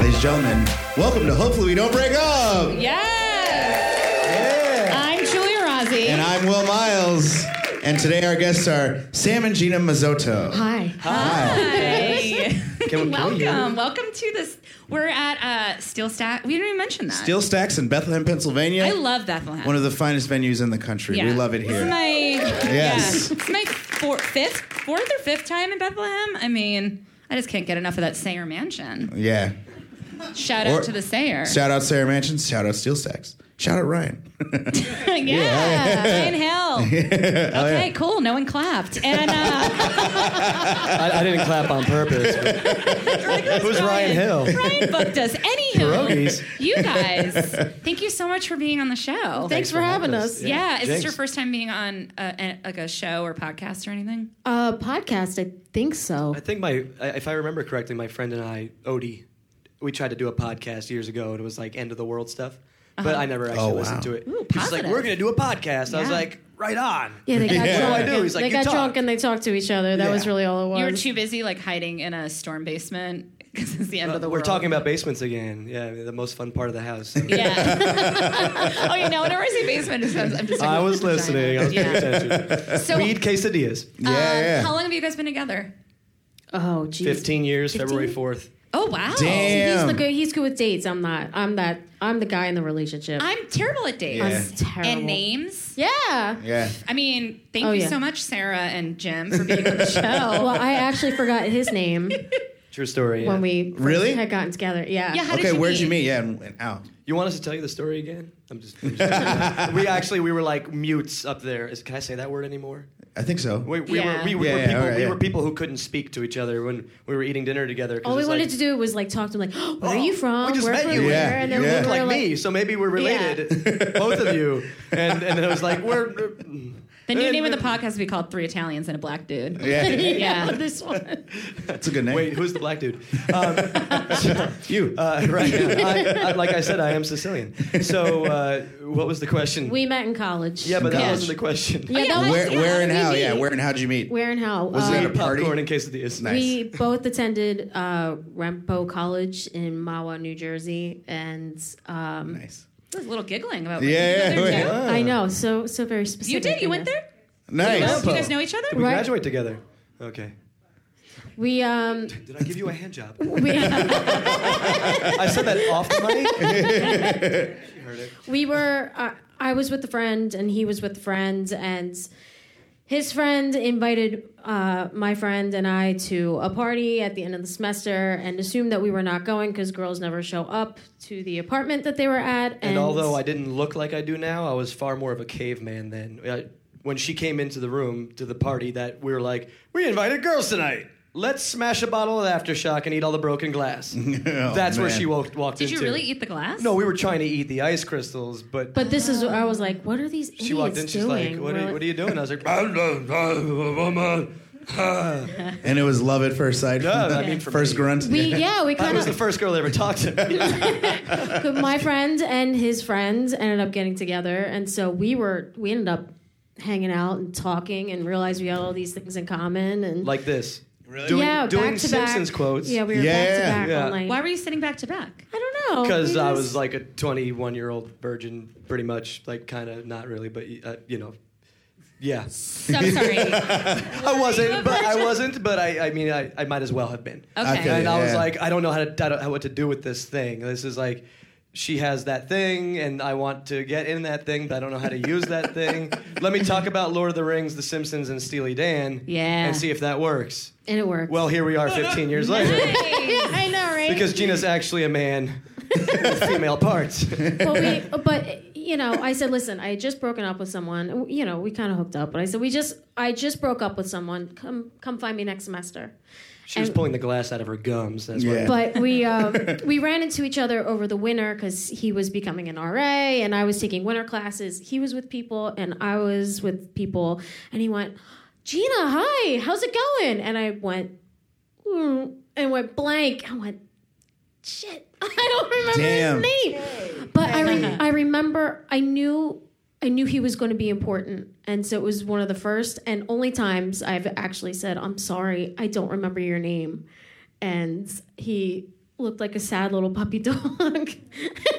and gentlemen, welcome to Hopefully We Don't Break Up. Yes. I'm Julia Rossi. And I'm Will Miles. And today our guests are Sam and Gina Mazzotto. Hi. Hi. Hey. Can- can we hear welcome, welcome to this. We're at uh, Steel Stack. We didn't even mention that. Steel Stacks in Bethlehem, Pennsylvania. I love Bethlehem. one of the finest venues in the country. Yeah. We love it This here. is my Yes. yeah. It's my four, fifth, fourth or fifth time in Bethlehem. I mean, I just can't get enough of that Sayer Mansion. yeah. Shout Or- out to the Sayer. Shout out Sarah Mansions. Shout out Steel Stacks. Shout out Ryan. yeah. Ryan Hill. Oh, okay, cool. No one clapped. And uh, I, I didn't clap on purpose. but- Who's Ryan Hill? Ryan booked us. Anywho, Pierogies. you guys, thank you so much for being on the show. Thanks for having us. Yeah, is this Jinx. your first time being on a, a, like a show or podcast or anything? Uh, podcast, I think so. I think my, I- if I remember correctly, my friend and I, Odie, we tried to do a podcast years ago, and it was like end of the world stuff. But I never actually Oh, wow. listened to it. Uh-huh. Ooh, He's like, positive. "We're gonna do a podcast." I was Yeah. like, "Right on." yeah, they got Yeah. drunk. What do I do? He's like, they "You got talk." drunk and they talked to each other. That Yeah. was really all it You were was. too busy like hiding in a storm basement because it's the end Uh, of the We're world. talking about basements again. Yeah, the most fun part of the house. Yeah. oh, you know, whenever I say basement, it sounds, I'm just like, I was vagina. listening. I was paying yeah. attention. So, Weed quesadillas. um, Uh, yeah, yeah. how long have you guys been together? oh, geez. Fifteen years, February fourth. Oh, wow. Damn. He's the good. He's good with dates. I'm not. I'm that. I'm the guy in the relationship. I'm terrible at dates Yeah. It's terrible. and names. Yeah. yeah. I mean, thank Oh, you yeah. so much, Sarah and Jim, for being on the show. Oh, well, I actually forgot his name True story. yeah. when we first Really? had gotten together. Yeah. Yeah, how okay, did you where'd meet? you meet? Yeah, and, and out. You want us to tell you the story again? I'm just. I'm just- we actually we were like mutes up there. Is, can I say that word anymore? I think so. We, we Yeah. were we, we Yeah, were yeah, people alright, we yeah. were people who couldn't speak to each other when we were eating dinner together. 'cause all we it's wanted like, to do was like talk to him, like, where are "Oh, you from? We just Where met from you. where?" Yeah. And You then Yeah. look we were like, like, me, so maybe we're related, both of you. And and I was like, we're. The new name of the podcast will be called Three Italians and a Black Dude. yeah, Yeah. this one. that's a good name. Wait, who's the black dude? Um, you. uh, right. I, I, like I said, I am Sicilian. So, uh, what was the question? We met in college. yeah, but that Gosh. wasn't the question. Yeah, that was- Oh, where, yeah, where did and we how? meet? Yeah, where and how did you meet? Where and how? Um, Was it at a party? Popcorn and quesadillas. Nice. We both attended uh, Rempo College in Mawa, New Jersey, and um, Nice. There's a little giggling about Yeah, you, yeah, guys I know, so so very do? specific. you did. You in went this. there. Nice. You guys know each other. We Right. graduate together. Okay. We um Did I give you a hand job? we, I said that off the money. we were. Uh, I was with a friend, and he was with a friend, and his friend invited uh, my friend and I to a party at the end of the semester, and assumed that we were not going because girls never show up to the apartment that they were at. And, And although I didn't look like I do now, I was far more of a caveman then. I, when she came into the room to the party, that we were like, we invited girls tonight. Let's smash a bottle of aftershock and eat all the broken glass. That's where Oh, man. she walked, walked Did into. you really eat the glass? No, we were trying to eat the ice crystals, but, But this is I was like, what are these idiots she walked in. She's doing? like, what We're are, what are you doing?" I was like, "Yeah." And it was love at first sight. No, I mean, for first me. grunt. We yeah, we I kind was the first girl that ever talked to me. of my friend and his friends ended up getting together, and so we were we ended up hanging out and talking and realized we had all these things in common and like this. Really? Doing, yeah, doing back to Simpsons back. quotes. Yeah, we were Yeah, back to yeah, back yeah. all night. Why were you sitting back to back? I don't know because We I just- was like a 21 year old virgin, pretty much, like kind of not really, but uh, you know, yeah, So I'm sorry. okay. I wasn't, but I virgin? wasn't, but I, I mean, I, I might as well have been. Okay. And I was Yeah. like, I don't know how to, I don't know what to do with this thing. This is like, she has that thing, and I want to get in that thing, but I don't know how to use that thing. Let me talk about Lord of the Rings, The Simpsons, and Steely Dan, Yeah. and see if that works. and it worked. Well, here we are, 15 years later, yeah, I know, right? because Gina's actually a man with female parts. but we, but you know, I said, listen, I had just broken up with someone. You know, we kind of hooked up, but I said, we just, I just broke up with someone. Come, come find me next semester. She was And- pulling the glass out of her gums. That's Yeah. yeah. what But we um, we ran into each other over the winter because he was becoming an RA and I was taking winter classes. He was with people and I was with people. And he went, Gina, hi, how's it going? And I went, mm, and went blank. I went, shit, I don't remember Damn. his name. But I re- I remember I knew. I knew he was going to be important. And so it was one of the first and only times I've actually said, I'm sorry, I don't remember your name and he looked like a sad little puppy dog.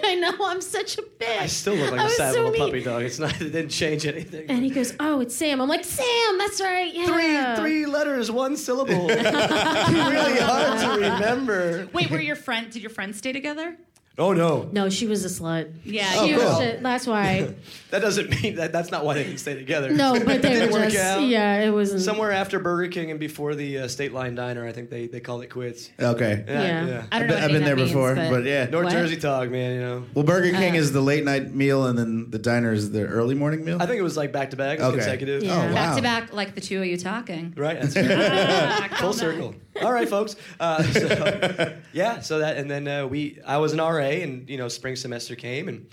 I know I'm such a bitch. I still look like a a sad little puppy dog. It's not. It didn't change anything. And he goes, "Oh, it's Sam." I'm like, "Sam, that's right." Yeah. Three letters, one syllable. really hard to remember. Wait, were your friend? Did your friends stay together? Oh no, No, she was a slut. Yeah. Oh, She cool. was ju- that's why. that doesn't mean that. That's not why they didn't stay together. No, but they Didn't were work just out. yeah, it wasn't Somewhere after Burger King and before the uh, State Line Diner, I think they, they called it quits. Okay. Yeah. I I've don't been, know. what I've been that there means, before, but, but, yeah. North What? Jersey dog, man. You know, well, Burger King Uh. is the late night meal, and then the diner is the early morning meal. I think it was like back to back, Okay. consecutive. Yeah. Oh, back wow. to back, like the two of you talking. Right. That's full circle. All right, folks. Uh, so, yeah. So that and then uh, we. I was an RA, and you know, spring semester came, and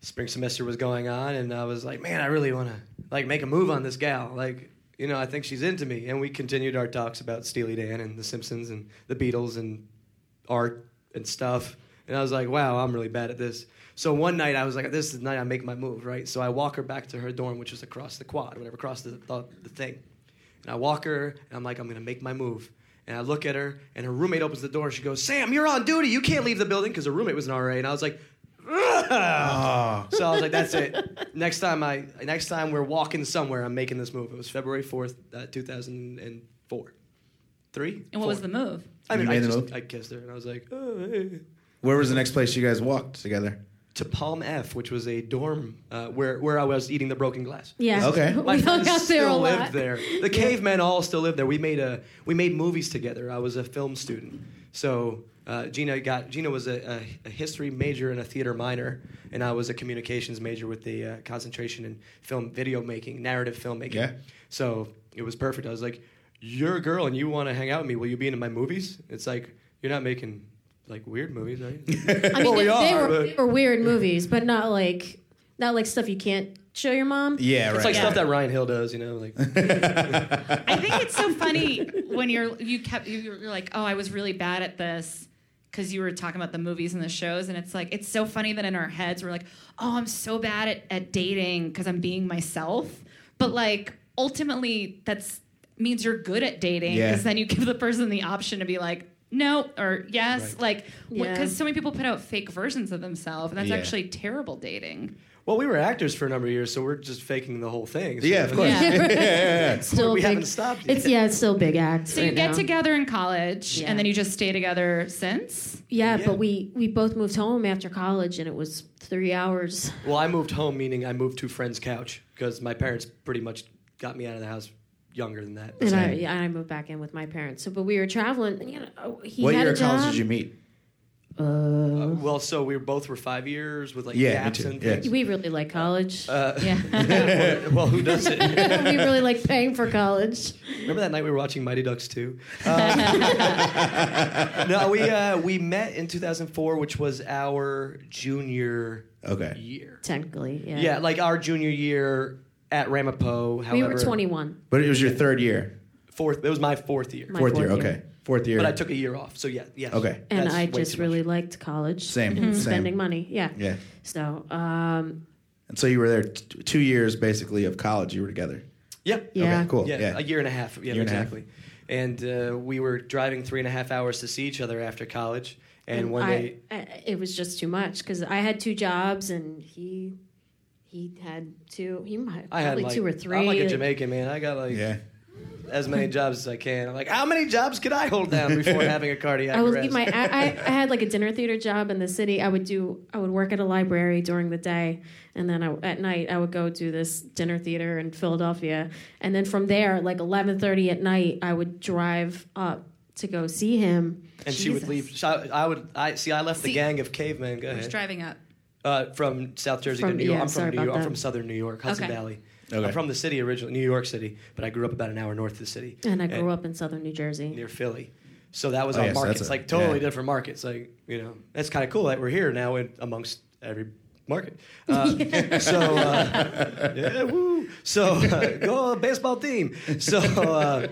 spring semester was going on, and I was like, man, I really want to like make a move on this gal, like. You know, I think she's into me, and we continued our talks about Steely Dan and The Simpsons and the Beatles and art and stuff. And I was like, wow, I'm really bad at this. So one night I was like, this is the night I make my move, right? So I walk her back to her dorm, which was across the quad, whatever, across the, the, the thing. And I walk her, and I'm like, I'm gonna make my move. And I look at her, and her roommate opens the door. She goes, Sam, you're on duty. You can't leave the building because her roommate was an RA. And I was like, Ah. "Ugh." so I was like, that's it. Next time I, next time we're walking somewhere, I'm making this move. It was February 4th, uh, 2004. Three? And what was the move? I mean, You made I the just move? I kissed her and I was like, oh, hey. Where was the next place you guys walked together? to Palm F, which was a dorm uh, where where I was eating the broken glass. Yeah. Okay. We My hung friends out there a still lived lot. there. The cavemen all still lived there. We made a we made movies together. I was a film student, so uh, Gina got Gina was a, a, a history major and a theater minor, and I was a communications major with the uh, concentration in film video making, narrative filmmaking. Yeah. So it was perfect. I was like, "You're a girl and you want to hang out with me. Will you be in my movies?" It's like you're not making like weird movies, are you? I mean, Well, we they, they are, were but- they were weird movies, but not like not like stuff you can't show your mom. Yeah, right. It's like Yeah. stuff that Ryan Hill does, you know, like I think it's so funny when you're you kept you- you're, you're like, oh, I was really bad at this because you were talking about the movies and the shows, and it's like it's so funny that in our heads we're like, oh, I'm so bad at, at dating because I'm being myself, but like ultimately that's means you're good at dating Yeah. because then you give the person the option to be like. No or yes, like Yeah. because so many people put out fake versions of themselves, and that's Yeah. actually terrible dating. Well, we were actors for a number of years, so we're just faking the whole thing. So- Yeah, of course. Yeah. It's still We a big, haven't stopped yet. It's yeah, it's still a big act. So you get together in college, Yeah. and then you just stay together since. Yeah, Yeah. but we we both moved home after college, and it was three hours. Well, I moved home, meaning I moved to a friend's couch because my parents pretty much got me out of the house younger than that. And I, yeah, and I moved back in with my parents. So, but we were traveling. And, you know, he what had year a of job. college did you meet? Uh-huh. Uh, well, so we were both were five years with like Yeah, me gaps too, and yeah. things. We really like college. Uh. Uh, well, who doesn't? we really like paying for college. Remember that night we were watching Mighty Ducks 2? Um, no, we uh, we met in 2004, which was our junior Okay. year. Technically, yeah. Yeah, like our junior year at Ramapo. we However, were 21. But it was your third year. Fourth, it was my fourth year. My Fourth, year, fourth year. okay. Fourth year. But I took a year off, so yeah, yeah. Okay. And That's I way just too much. really liked college. Same, same. and Spending money. Yeah. Yeah. So, um, And so you were there t- two years basically of college. You were together. yeah, yeah. Okay, cool. yeah, Yeah. a year and a half. Yeah, Year and a half. exactly. And, uh, we were driving three and a half hours to see each other after college. And, one I, day, I, it was just too much because I had two jobs and he he had two. He might I had probably like two or 3 I'm like a Jamaican man. I got like Yeah. as many jobs as I can. I'm like, how many jobs could I hold down before having a cardiac I would arrest? leave my. I, I, I had like a dinner theater job in the city. I would do. I would work at a library during the day, and then I, at night I would go do this dinner theater in Philadelphia. And then from there, like eleven thirty at night, I would drive up to go see him. and she would Jesus. leave. So I, I would. I see. I left the See- gang of cavemen. Go Who's ahead. driving up? Uh, from South Jersey to From- New York. yeah, I'm sorry from New about York. I'm that. from Southern New York, Hudson Okay. Valley. Okay. I'm from the city originally, New York City, but I grew up about an hour north of the city. And I grew up in Southern New Jersey. near Philly. So that was Oh, our yes, that's markets, a- like totally yeah. different markets. Like you know, that's kind of cool that we're here now in, amongst every market. Uh, So uh, yeah, woo. So uh, go baseball team. So. Uh,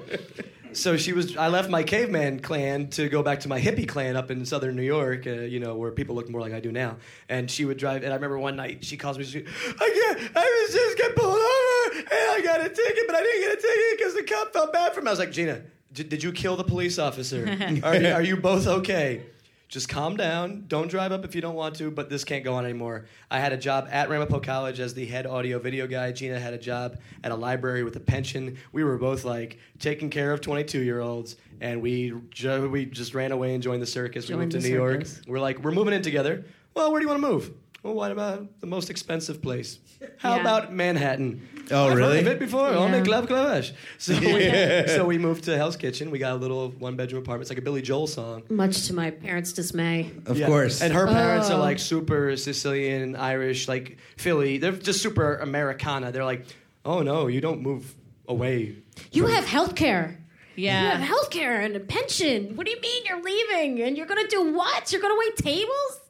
so she was. I left my caveman clan to go back to my hippie clan up in southern New York. Uh, you know where people look more like I do now. And she would drive. And I remember one night she calls me. She, I can't. I was just got pulled over and I got a ticket, but I didn't get a ticket because the cop felt bad for me. I was like, Gina, d- did you kill the police officer? Are, you- are you both okay? just calm down. Don't drive up if you don't want to, but this can't go on anymore. I had a job at Ramapo College as the head audio video guy. Gina had a job at a library with a pension. We were both like taking care of 22 year olds, and we ju- we just ran away and joined the circus. we Joined moved to the New York. circus. We're like, we're moving in together. Well, where do you want to move? Well, what about the most expensive place? How Yeah. about Manhattan? Oh, I've really? Heard of it before. Yeah. On the Club Clavage. So we, so we moved to Hell's Kitchen. We got a little one bedroom apartment. It's like a Billy Joel song. Much to my parents' dismay. Of Yeah. course. And her parents Oh. are like super Sicilian, Irish, like Philly. They're just super Americana. They're like, oh no, you don't move away. You have health care. You have Yeah. health care and a pension. What do you mean you're leaving? And you're going to do what? You're going to wait tables?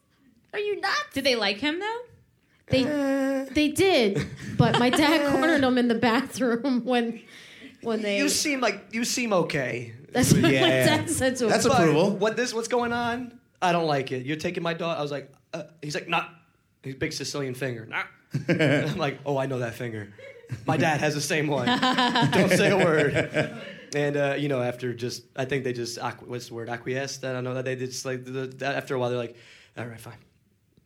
Are you nuts? Did they like him though? They, they did, but my dad cornered them in the bathroom when when they. You seem like you seem okay. that's what my Yeah. dad said to him. That's But Approval. What this? What's going on? I don't like it. You're taking my dog. I was like, uh, he's like, nah. He's a big Sicilian finger. Nah. And I'm like, oh, I know that finger. My dad has the same one. don't say a word. And uh, you know, after just, I think they just acqu- what's the word acquiesced. I don't know that they just like the, the, after a while they're like, all right, fine,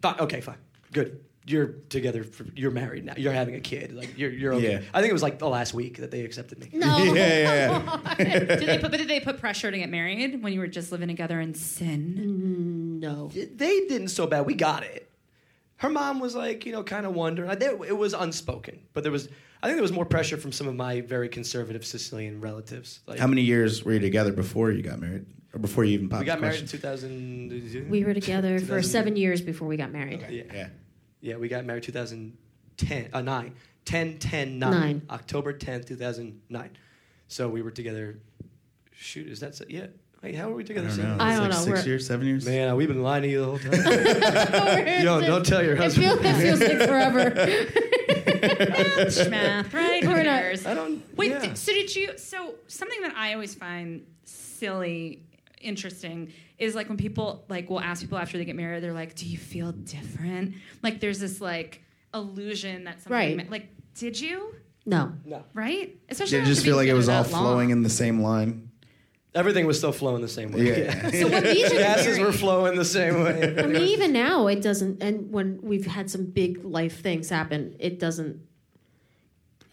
fine, okay, fine, good. You're together. For, you're married now. You're having a kid. Like you're you're okay. Yeah. I think it was like the last week that they accepted me. no. yeah, yeah, yeah. did they put, but did they put pressure to get married when you were just living together in sin? No. they didn't so bad. We got it. Her mom was like, you know, kind of wondering. I, there, it was unspoken, but there was, I think, there was more pressure from some of my very conservative Sicilian relatives. Like, How many years were you together before you got married, or before you even popped? We got the married in question? 2000. We were together for 2000. seven years before we got married. yeah, Yeah. yeah, we got married 2010, uh, nine, 10, 10, nine, Nine. October 10th, 2009. So we were together. Shoot, is that so? Yeah. Wait, how were we I together? don't so know. long? I It's don't like know, 6 we're- years, seven years. Man, we've been lying to you the whole time. Yo, don't tell your It, husband. feel- it feels like forever. Math, right? Who Mm. We're not- cares? I don't. Wait, yeah. d- so did you? So something that I always find silly, interesting is like when people like will ask people after they get married, they're like, "Do you feel different?" Like there's this like illusion that somebody Right. ma- like, did you No. no. right? Especially Did it after just being feel like it was all together that long. flowing in the same line? Everything was still flowing the same way. Yeah. So when we should Gases were flowing the same I way. mean, even now it doesn't. And when we've had some big life things happen, it doesn't.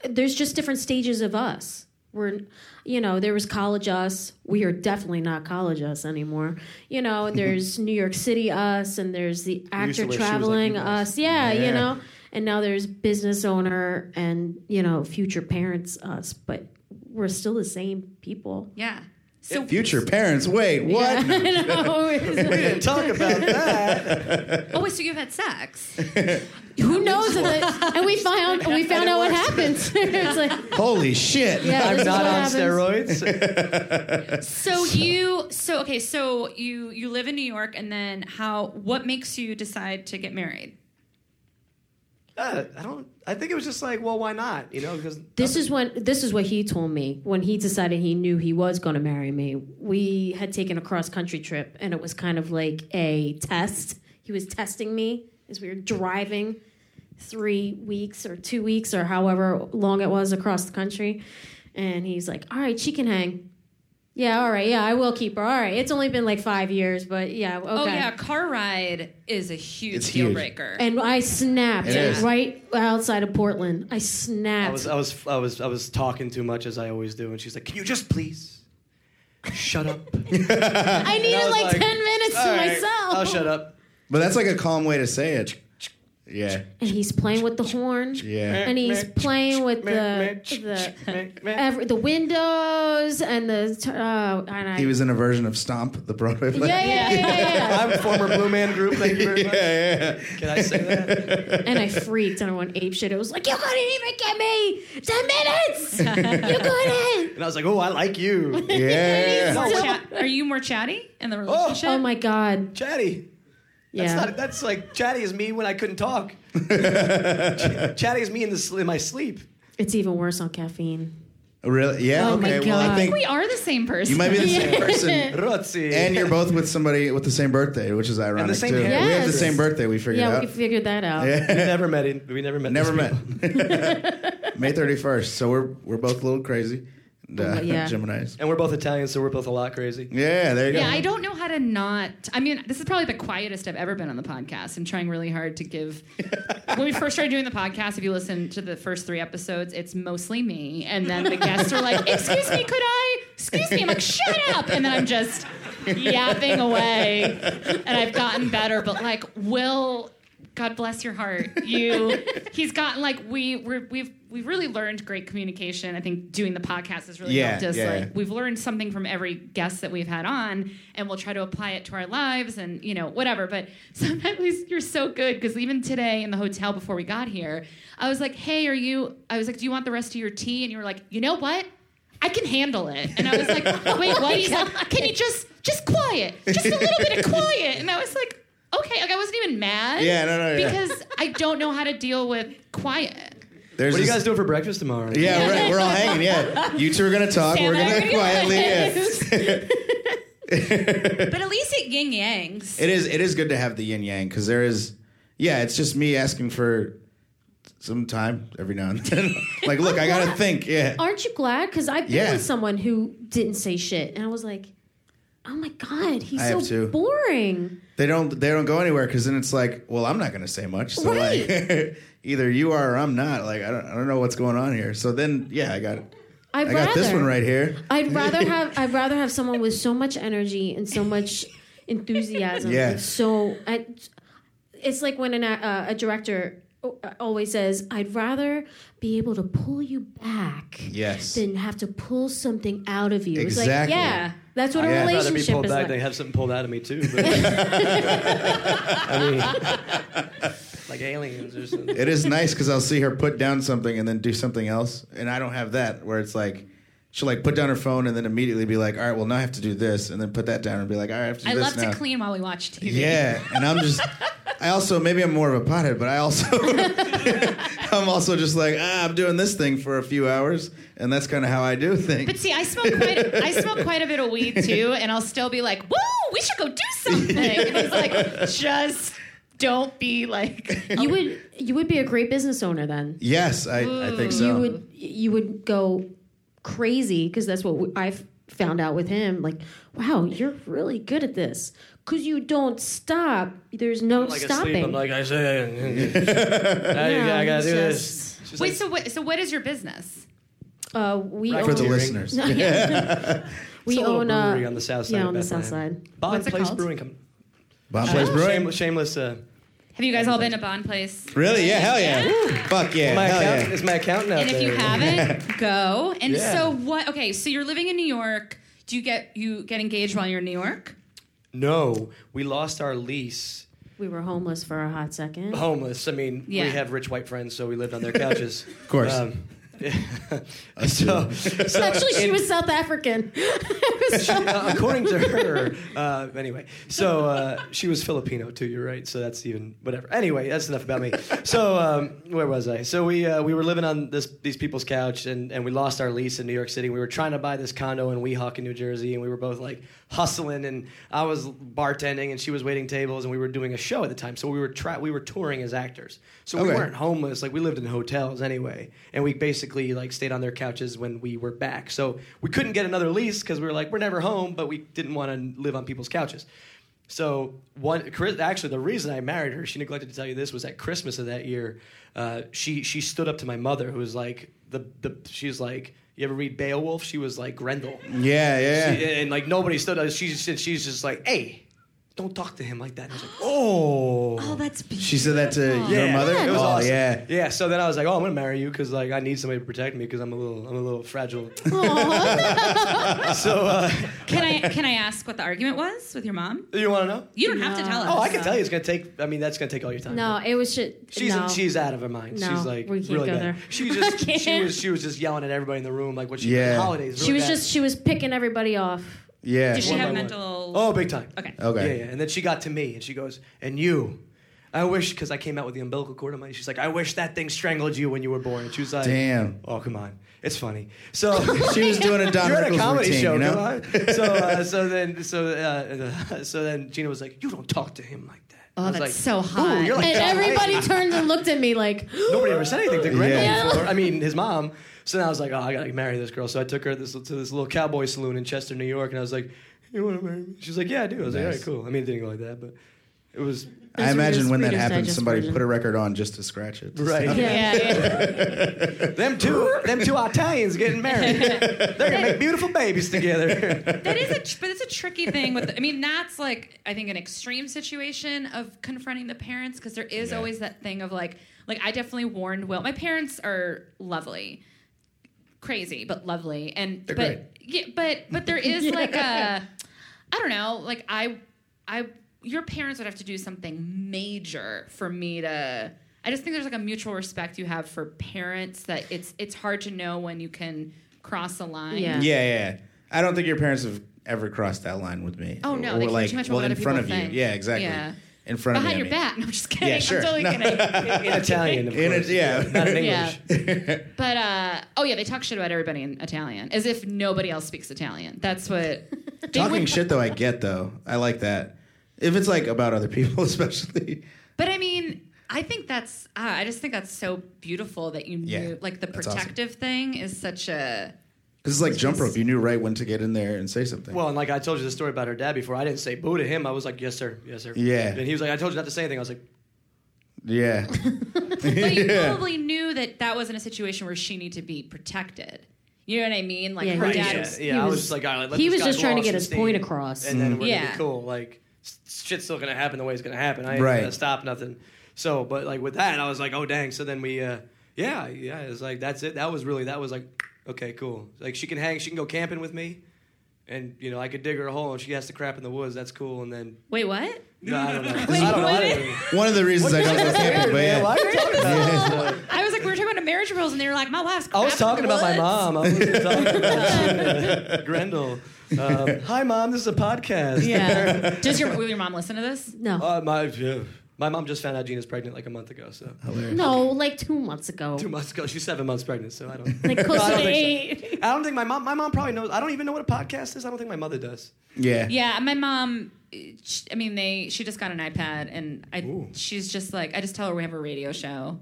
There's just different stages of us. We're, you know, there was college us. We are definitely not college us anymore. You know, there's New York City us, and there's the actor wear shoes like traveling you guys. us. Yeah, you Yeah. know. And now there's business owner and you know future parents us, but we're still the same people. Yeah. So Future parents, wait, what? Yeah, I know. It's- We didn't talk about that. Oh, wait, so you've had sex? Who knows? And, I- and we found we found out what happens. it's like, Holy shit. yeah, this I'm is not what on happens. steroids. So you so okay, so you you live in New York and then how what makes you decide to get married? Uh, I don't. I think it was just like, well, why not? You know, because This is when this is what he told me when he decided he knew he was going to marry me. We had taken a cross country trip, and it was kind of like a test. He was testing me as we were driving three weeks or two weeks or however long it was across the country, and he's like, "All right, she can hang." Yeah, all right. Yeah, I will keep her. All right. It's only been like five years, but yeah, okay. Oh yeah, car ride is a huge It's deal huge. breaker. And I snapped It is. right outside of Portland. I I snapped. was, uh, I was, I was, I was talking too much as I always do, and she's like, "Can you just please shut up?" I needed I was like, like, 10 minutes to All right, myself. I'll shut up. But that's like a calm way to say it. Yeah. And he's playing with the horn. Yeah. And he's playing with the, the, every, the windows and the. t- Uh, and I, He was in a version of Stomp, the Broadway play. yeah, yeah, yeah, yeah, yeah. I'm former Blue Man Group. Thank you very much. yeah, Can I say that? and I freaked and I went ape shit. It was like, you couldn't even get me 10 minutes. you couldn't. And I was like, "Oh, I like you, yeah. yeah. No, So- Chat- are you more chatty in the relationship? Oh my God. Chatty." Yeah. That's not. That's like chatty is me when I couldn't talk. chatty is me in the sl- in my sleep. it's even worse on caffeine. Really? Yeah. Oh my okay. Well, I God. think we are the same person. you might be the same person, Rozzi. and you're both with somebody with the same birthday, which is ironic same too. hair. We have the Yes. same birthday. We figured yeah, out. we figured that out. we never met. In, we never met. Never these met. May 31st. So we're we're both a little crazy. Oh, the Yeah. Gemini's. And we're both Italian, so we're both a lot crazy. Yeah, there you go. Yeah, I don't know how to not. I mean, this is probably the quietest I've ever been on the podcast and trying really hard to give. when we first started doing the podcast, if you listen to the first three episodes, it's mostly me. And then the guests are like, Excuse me, could I? Excuse me. I'm like, Shut up. And then I'm just yapping away. And I've gotten better, but like, Will. God bless your heart. You, he's gotten like we we're, we've we've really learned great communication. I think doing the podcast has really Yeah, helped us yeah. like we've learned something from every guest that we've had on and we'll try to apply it to our lives and you know whatever but sometimes you're so good because even today in the hotel before we got here i was like hey are you i was like do you want the rest of your tea and you were like you know what I can handle it. And I was like, wait, what? He's like, can you just, just quiet, just a little bit of quiet. And I was like, okay, like I wasn't even mad. Yeah, no, no, yeah. Because I don't know how to deal with quiet. There's What are you this- guys doing for breakfast tomorrow? Yeah, right. We're all hanging. Yeah, you two are gonna talk. Sam We're and I gonna are gonna quietly. Yeah. But at least it yin yangs. It is. It is good to have the yin yang because there is. Yeah, it's just me asking for some time every now and then. like, look, I gotta think. Yeah. Aren't you glad? Because I've been Yeah. with someone who didn't say shit, and I was like, oh my god, he's I have so too. boring. They don't. They don't go anywhere because then it's like, well, I'm not gonna say much. So like, either you are or I'm not. Like, I don't. I don't know what's going on here. So then, yeah, I got. I'd I rather, got this one right here. I'd rather have I'd rather have someone with so much energy and so much enthusiasm. Yeah. and so I, it's like when an, uh, a director o- always says, "I'd rather be able to pull you back Yes. than have to pull something out of you." It's like, Exactly. yeah, that's what Yeah. a I'd I'd rather be relationship pulled is back like. than have something pulled out of me too. But, I mean, like aliens or something. It is nice because I'll see her put down something and then do something else, and I don't have that where it's like. She'll like put down her phone and then immediately be like, "All right, well now I have to do this," and then put that down and be like, "All right, I have to do I this love now." to clean while we watch TV. Yeah, and I'm just. I also maybe I'm more of a pothead, but I also I'm also just like ah, I'm doing this thing for a few hours, and that's kind of how I do But things. see, I smoke quite I smoke quite a bit of weed too, and I'll still be like, "Woo, we should go do something." And it's like, just don't be like. You would you would be a great business owner then. Yes, I, I Mm, think so. you would you would go crazy because that's what I've found out with him. Like, wow, you're really good at this because you don't stop. There's no Like asleep, stopping. I'm like I say. I, I gotta do this. She's Wait, like, so what? So what is your business? Uh, we Right. for own, the Racketeering. listeners. we It's a little own uh, brewery on the south side Yeah, of on the south Bethlehem. side. Bond What's it Place called? Brewing Company. Bob plays brewing. Shameless, shameless uh, Have you guys all been to Bond Place? Really? Yeah, hell yeah. Fuck yeah, my hell account yeah. is my account now. And if you haven't, go. And Yeah. so what? Okay, so you're living in New York. Do you get you get engaged while you're in New York? no, we lost our lease. We were homeless for a hot second. Oh. Homeless. I mean, Yeah. we have rich white friends, so we lived on their couches. of course. so, so Actually, she in- was South African. uh, according to her, uh, anyway, so uh, she was Filipino too. You're right. So that's even whatever. Anyway, that's enough about me. So um, where was I? So we uh, we were living on this these people's couch, and, and we lost our lease in New York City. We were trying to buy this condo in Weehawken, New Jersey, and we were both like hustling. And I was bartending, and she was waiting tables, and we were doing a show at the time. So we were tra- we were touring as actors. So we Okay. weren't homeless. Like we lived in hotels anyway, and we basically like stayed on their couches when we were back. So we couldn't get another lease because we were like, we're never home, but we didn't want to live on people's couches. So one, Chris, actually, the reason I married her, she neglected to tell you this, was at Christmas of that year. Uh, she she stood up to my mother, who was like the the she's like. You ever read Beowulf? She was like Grendel. Yeah, yeah. She- and like nobody stood up. She said she's just like, hey, don't talk to him like that. And I was like, oh. Oh, that's beautiful. She said that to your mother. It was oh awesome. yeah. yeah. So then I was like, oh, I'm gonna marry you because like I need somebody to protect me because I'm a little, I'm a little fragile. so uh, Can I can I ask what the argument was with your mom? you want to know? You don't have to tell us. Oh, I can tell you, it's gonna take. I mean, that's gonna take all your time. no, it was just She's no. she's out of her mind. No, she's like we can't really go bad. there. She was just she can't. was she was just yelling at everybody in the room like what she Yeah. did holidays. she really was bad. just she was picking everybody off. Yeah. Does she One have by one. mental? Oh, big time. Okay. Okay. Yeah, yeah. And then she got to me and she goes, and you. I wish, because I came out with the umbilical cord on my. She's like, I wish that thing strangled you when you were born. And she was like, Damn. Oh, come on. It's funny. So She was doing a Don You're at a Rickles comedy routine, show, you know? come on. So, uh, so then, so, uh, so then, Gina was like, "You don't talk to him like that." Oh, that's was like, so "Ooh, hot. you're like And that everybody turned and looked at me like, Nobody ever said anything to Greg. Yeah. before. I mean, his mom. So then I was like, oh, I gotta marry this girl. So I took her this, to this little cowboy saloon in Chester, New York, and I was like, you want to marry me? She's like, yeah, I do. I was like, all Nice. right, cool. I mean, it didn't go like that, but it was I It's imagine Reader's- when that Reader's happens, Digest somebody version. put a record on just to scratch it. right. yeah. them two, them two Italians getting married. They're gonna make beautiful babies together. that is a tr- but it's a tricky thing with i mean that's like i think an extreme situation of confronting the parents because there is Yeah. always that thing of like like i definitely warned will my parents are lovely crazy but lovely and They're but yeah but but there is like a i don't know like i i your parents would have to do something major for me to i just think there's like a mutual respect you have for parents that it's it's hard to know when you can cross a line Yeah. Yeah, yeah. I don't think your parents have ever crossed that line with me. Oh, no, Or they care like, too much about well, in what other front of people think. you. Yeah, exactly. Yeah. In front of behind you. your back. No, I'm just kidding. Yeah, sure. I'm totally No. kidding. In Italian, of In course. it- yeah. not in English. Yeah. But uh, oh yeah, they talk shit about everybody in Italian, as if nobody else speaks Italian. That's what they Talking would- shit though, I get though. I like that. If it's like about other people, especially. But I mean, I think that's uh, I just think that's so beautiful that you Yeah, knew like the that's awesome. protective thing is such a Because it's like jump rope. You knew right when to get in there and say something. Well, and like I told you the story about her dad before, I didn't say boo to him. I was like, yes, sir, yes, sir. Yeah. And he was like, I told you not to say anything. I was like, yeah. but you Yeah. probably knew that that wasn't a situation where she needed to be protected. You know what I mean? Like Yeah, her he Right, dad yeah, was yeah. he I was, was- just like, all right, let he this was guy just trying to gloss get the his steam, point across. and then we're gonna Yeah. be cool. Like s- shit's still gonna happen the way it's gonna happen. I ain't Right. gonna stop nothing. So, but like with that, I was like, oh dang. So then we, uh, yeah, yeah. It's like that's it. That was really that was like, okay, cool. Like she can hang, she can go camping with me, and you know I could dig her a hole, and she has to crap in the woods. That's cool. And then Wait, what? no, I don't know. I don't know. I don't know. One of the reasons I don't go camping, but Man, why yeah. are you talking about this stuff? I was like, we were talking about marriage rules, and they were like, my wife's. I was crap in talking the about my woods. mom. I was talking about Grendel. Um, Hi, mom. This is a podcast. Yeah. Does your will your mom listen to this? No. Uh, my yeah. my mom just found out Gina's pregnant like a month ago. So No, like two months ago. two months ago, she's seven months pregnant. So I don't. Like close No, I to don't think so. eight. I don't think my mom. My mom probably knows. I don't even know what a podcast is. I don't think my mother does. Yeah. Yeah, my mom. sh I mean, they. She just got an iPad, and I. She's just like, I just tell her we have a radio show,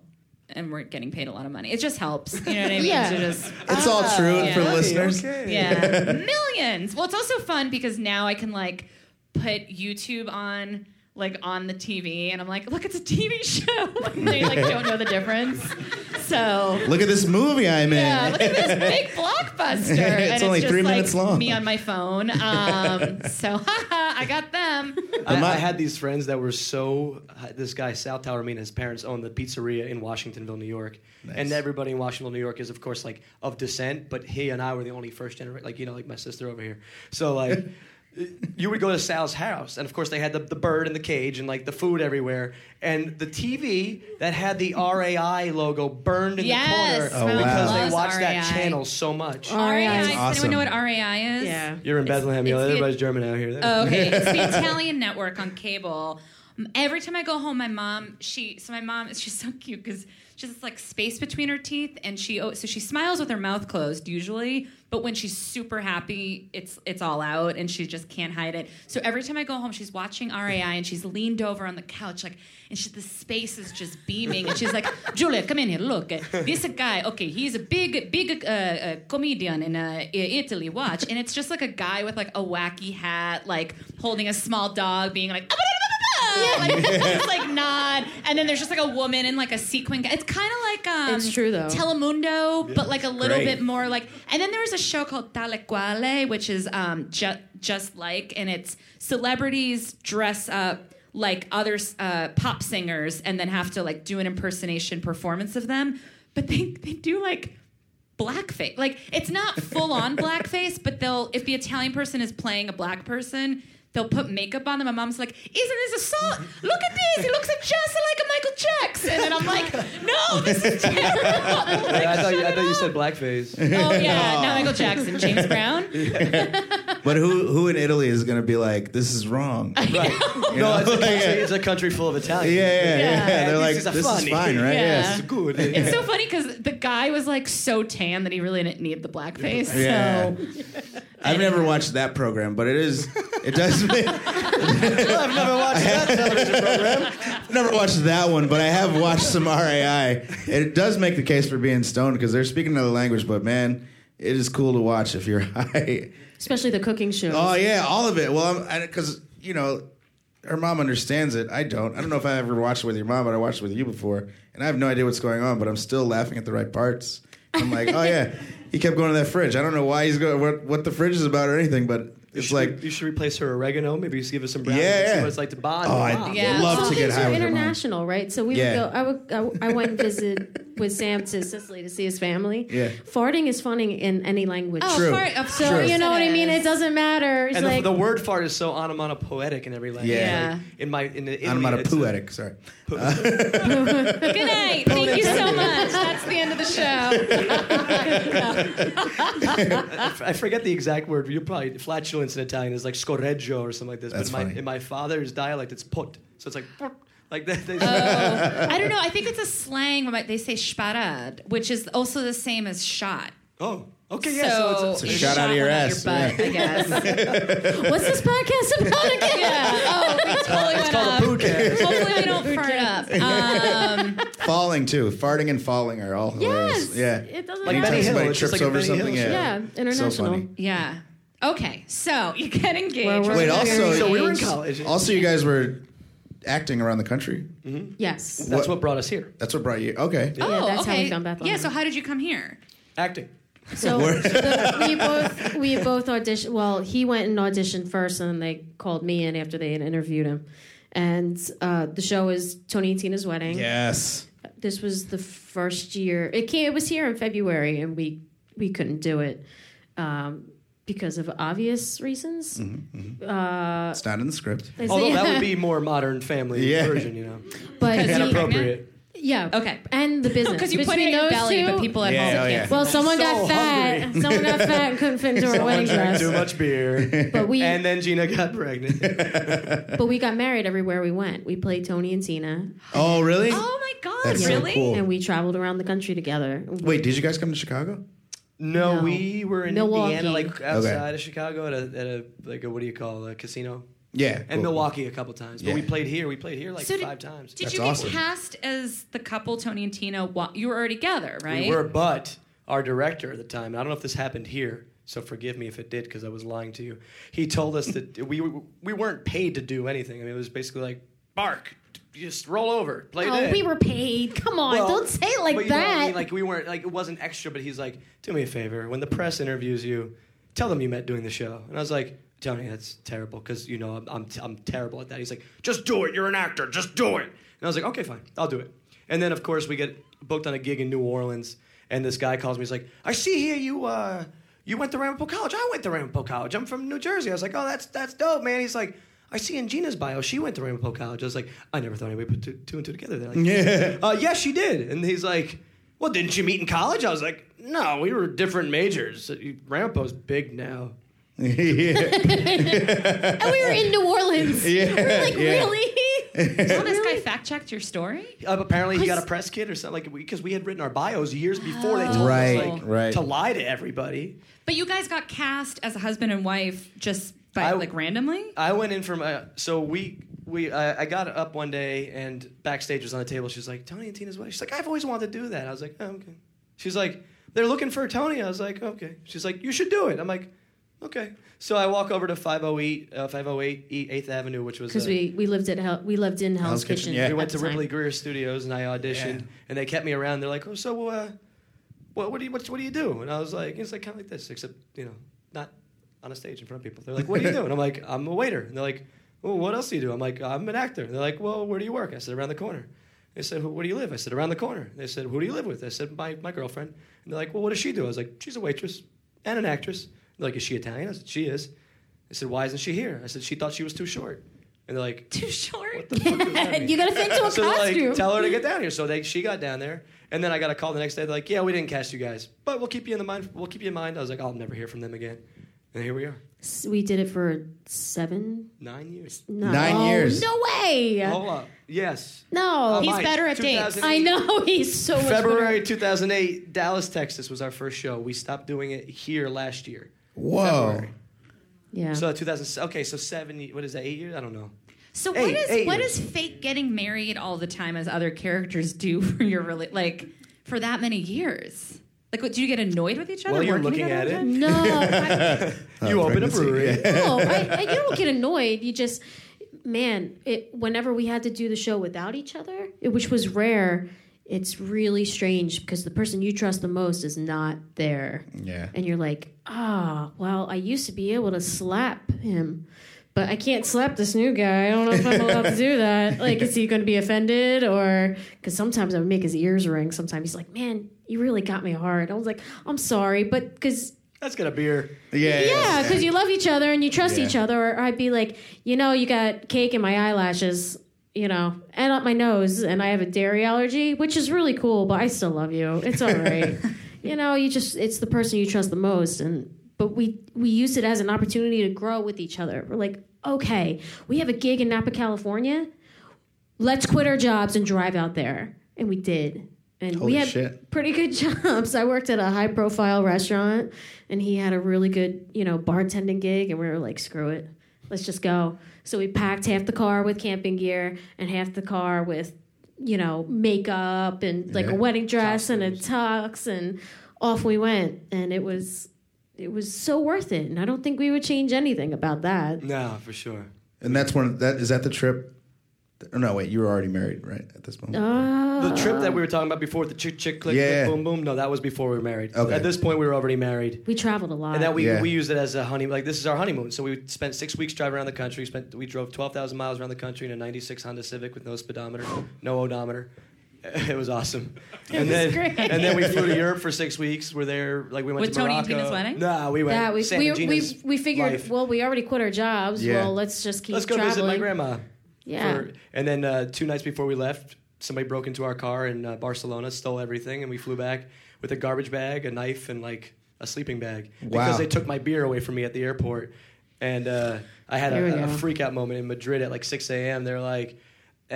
and we're getting paid a lot of money. It just helps, you know what I mean? Yeah. To just- It's all true and for the Yeah. listeners. Okay. yeah, millions. Well, it's also fun because now I can like put YouTube on. Like on the TV, and I'm like, look, it's a TV show. And they like don't know the difference. So Look at this movie I'm Yeah, in. look at this big blockbuster. It's and only just three like minutes long. Me on my phone. Um, so, haha, I got them. I, I had these friends that were so this guy South Tower. I mean, his parents owned the pizzeria in Washingtonville, New York, and everybody in Washingtonville, New York, is of course like of descent. But he and I were the only first generation, like you know, like my sister over here. So like. You would go to Sal's house, and of course they had the, the bird in the cage and like the food everywhere, and the TV that had the RAI logo burned in Yes, the Oh, corner wow. because they loves watched that RAI. channel so much. RAI. That's Does awesome. anyone know what RAI is? Yeah. You're in Bethlehem, you know, Oh, it's the- everybody's German out here. Oh, okay. It's the Italian network on cable. M- Every time I go home, my mom, she, so my mom, she's so cute because she has this like space between her teeth, and she, oh, so she smiles with her mouth closed usually, but when she's super happy, it's it's all out, and she just can't hide it. So every time I go home, she's watching RAI, and she's leaned over on the couch, like, and she, the space is just beaming, and she's like, Julia, come in here, look, uh, this guy, okay, he's a big, big uh, uh, comedian in uh, I- Italy. Watch, and it's just like a guy with like a wacky hat, like holding a small dog, being like. "Ah, like, just, like nod, and then there's just like a woman in like a sequin. It's kind of like um, It's true, though. Telemundo, but like a little great. bit more like. And then there was a show called Tale Quale, which is um, ju- just like, and it's celebrities dress up like other uh, pop singers and then have to like do an impersonation performance of them. But they they do like blackface. Like it's not full on blackface, but they'll if the Italian person is playing a black person, they'll put makeup on them. My mom's like, "Isn't this assault? Look at this! He looks just like a Michael Jackson." And I'm like, "No, this is terrible." I, I thought, you, I thought you said blackface. oh yeah, not Michael Jackson, James Brown. But who who in Italy is going to be like, this is wrong? Yeah, No, it's a, country, it's a country full of Italians. yeah, yeah. Yeah, They're like, this is a this is funny." fine, right? Yeah. Yes. It's good. It's so funny because the guy was like so tan that he really didn't need the blackface. Yeah. So I've never watched that program, but it is It does. make- I've never watched that television program. never watched that one, but I have watched some RAI. It does make the case for being stoned because they're speaking another language. But man, it is cool to watch if you're high. especially the cooking shows. Oh yeah, all of it. Well, I'm because you know her mom understands it. I don't. I don't know if I ever watched it with your mom, but I watched it with you before, and I have no idea what's going on. But I'm still laughing at the right parts. I'm like, oh yeah, he kept going to that fridge. I don't know why he's going. What, what the fridge is about or anything, but it's like. you should replace her oregano. Maybe you should give her some Yeah, brownies. and See yeah. what it's like to bond. Oh, with I'd mom. Yeah. love Some to get things high are with your mom. international, right? So we Yeah. would go. I would. I, would- I went and visited with Sam to Sicily to see his family. Yeah. farting is funny in any language. Oh, True. fart- of So course you know it what I mean? is. It doesn't matter. It's And like the, the word fart is so onomatopoetic in every language. Yeah. Like, in my in the Italy, it's a- Onomatopoetic, sorry. Good night. Thank you so much. That's the end of the show. I forget the exact word. You probably flatulence in Italian is like scorreggio or something like this. That's but in my, funny. in my father's dialect, it's pot. So it's like pot. like that. They, Uh, Oh, I don't know. I think it's a slang. Like, They say sparad, which is also the same as shot. oh, okay, yeah. So, it's, So shot out of your went ass, butt, I guess. what's this podcast about again? Oh, we totally it's went called a up. poo cast. Hopefully we don't fart up. Um, falling too. Farting and falling are all Yes. hilarious. Yeah. It doesn't Like Anytime matter. Benny Hill, somebody it's trips just like a over Benny Hill something. show. yeah. Yeah, international. So funny. Yeah. Okay. So you get engaged. Well, we're Wait, very also- So we were in engaged. college. Also, you guys were acting around the country. Yes. That's what brought us here. That's what brought you. Okay. oh, Yeah, that's how we okay. found Bethlehem. Yeah. So how did you come here? Acting. So the, we both we both auditioned. Well, he went and auditioned first, and then they called me in after they had interviewed him. And uh, the show is Tony and Tina's wedding. Yes. This was the first year it came. It was here in February, and we we couldn't do it um, because of obvious reasons. Mm-hmm. Uh, it's not in the script. They say- Although that would be more modern family Yeah. version, you know, but and he- appropriate. yeah, Okay. and the business Because you put Between it in your those belly, two- but people at Yeah, home oh, can't. yeah. see Well, that. someone So got fat. hungry. Someone got fat and couldn't fit into her wedding dress. Too much beer, But we and then Gina got pregnant. But we got married everywhere we went. We played Tony and Tina, Oh, really? Oh my God, That's so really? Oh. cool. and we traveled around the country together. Wait, did you guys come to Chicago? No, No. we were in Milwaukee. Indiana, like outside of Chicago, at a, at a like a what do you call it, a casino, Yeah. and Milwaukee a couple times. But we Yeah. played here. We played here like So did- five times. Did That's you get awesome. cast as the couple Tony and Tina? While, you were already together, right? we were, but our director at the time, and I don't know if this happened here, so forgive me if it did because I was lying to you. He told us that we we weren't paid to do anything. I mean, it was basically like bark, just roll over, play Oh, dead. we were paid. Come on, Well, don't say it but like you know what I that. mean? Like we weren't like it wasn't extra, but he's like, do me a favor. When the press interviews you, tell them you met doing the show. And I was like, Tony, that's terrible because you know I'm, I'm I'm terrible at that. He's like, just do it. You're an actor. Just do it. And I was like, okay, fine, I'll do it. And then of course we get booked on a gig in New Orleans, and this guy calls me. He's like, I see here you uh you went to Ramapo College. I went to Ramapo College. I'm from New Jersey. I was like, oh that's that's dope, man. He's like. I see in Gina's bio, she went to Ramapo College. I was like, I never thought anybody put two, two and two together. They're like, Yeah. uh, yeah, she did. And he's like, well, didn't you meet in college? I was like, no, we were different majors. Rampo's big now. yeah. and we were in New Orleans. we were like, yeah. really? Well, this guy fact checked your story. Uh, apparently, he got a press kit or something like because we had written our bios years before they told us Right, like right. to lie to everybody. But you guys got cast as a husband and wife just by I- like randomly. I went in from uh, so we we I, I got up one day and backstage was on the table. She's like Tony and Tina's wedding. She's like I've always wanted to do that. I was like oh, okay. She's like they're looking for Tony. I was like okay. She's like you should do it. I'm like okay. So I walk over to 508 uh, 508 E- 8th Avenue, which was Because uh, we, we lived at Hell, we lived in Hell's, Hell's Kitchen. Kitchen, yeah. we at went the to time. Ripley Greer Studios and I auditioned, Yeah. and they kept me around. They're like, "Oh, so uh, what, what do you what, what do you do?" And I was like, "It's like kind of like this, except you know, not on a stage in front of people." They're like, "What do you do?" And I'm like, "I'm a waiter." And they're like, "Well, what else do you do?" I'm like, "I'm an actor." And they're like, "Well, where do you work?" I said, "Around the corner." They said, "Who- "Where do you live?" I said, "Around the corner." They said, "Who do you live with?" I said, "My my girlfriend." And they're like, "Well, what does she do?" I was like, "She's a waitress and an actress." They're like, "Is she Italian?" I said, "She is." They said, "Why isn't she here?" I said, "She thought she was too short." And they're like, Too short. "What the fuck does that mean?" You got to fit into a so costume. like tell her to get down here. So they she got down there, and then I got a call the next day. They're like, yeah, we didn't cast you guys, but we'll keep you in the mind. We'll keep you in mind. I was like, I'll never hear from them again. And here we are, S- we did it for seven, nine years. no, Oh, Nine years. No way. Hold up, yes. no, Uh, He's Oh. my- better at dates. 2008 I know he's so much February 2008, Dallas, Texas was our first show. We stopped doing it here last year. Whoa. February. Yeah. So 2000. Okay, so seven. What is that? Eight years? I don't know. So what Eight- is eight what years. is fake getting married all the time as other characters do for your rela- like for that many years? Like, what, do you get annoyed with each other? While you're working looking together at all it. the time? no, I, you open a Oh, pregnancy. brewery. no, I, I, you don't get annoyed. You just, man, it, whenever we had to do the show without each other, it, which was rare, it's really strange because the person you trust the most is not there. Yeah. and you're like, ah, well, I used to be able to slap him, but I can't slap this new guy. I don't know if I'm allowed to do that. Like, is he going to be offended? Or because sometimes I would make his ears ring. Sometimes he's like, man, you really got me hard. I was like, I'm sorry, but because. That's got a beer. Yeah. Yeah, because you love each other and you trust Yeah. each other. Or I'd be like, you know, you got cake in my eyelashes, you know, and up my nose, and I have a dairy allergy, which is really cool, but I still love you. It's all right. you know, you just, it's the person you trust the most. And, but we, we used it as an opportunity to grow with each other. We're like, okay, we have a gig in Napa, California. Let's quit our jobs and drive out there. And we did. And Holy we had shit. pretty good jobs. I worked at a high profile restaurant and he had a really good, you know, bartending gig and we were like, screw it. Let's just go. So we packed half the car with camping gear and half the car with, you know, makeup and like Yeah. a wedding dress and a tux and off we went and it was it was so worth it and I don't think we would change anything about that. No, for sure. And that's one. That is that the trip. Oh, no, wait. You were already married, right? At this Uh, moment. The trip that we were talking about before, the chick chick click, Yeah. click boom boom. No, that was before we were married. Okay. At this point, we were already married. We traveled a lot. And that we, Yeah. we used it as a honeymoon. Like this is our honeymoon. So we spent six weeks driving around the country. Spent we drove twelve thousand miles around the country in a '96 Honda Civic with no speedometer, no odometer. It was awesome. and then great. and then we flew to Europe for six weeks. We're there. Like we went With to Tony Morocco. Pina's wedding? No, we went. yeah, we, Santa we, Gina's we, we figured, life. well, we already quit our jobs. Yeah. Well, let's just keep Let's go traveling. visit my grandma. Yeah. For- and then uh, two nights before we left, somebody broke into our car in uh, Barcelona, stole everything, and we flew back with a garbage bag, a knife, and like a sleeping bag Wow. because they took my beer away from me at the airport. And uh, I had Here we a, a go. freak out moment in Madrid at like 6 a.m. They're like,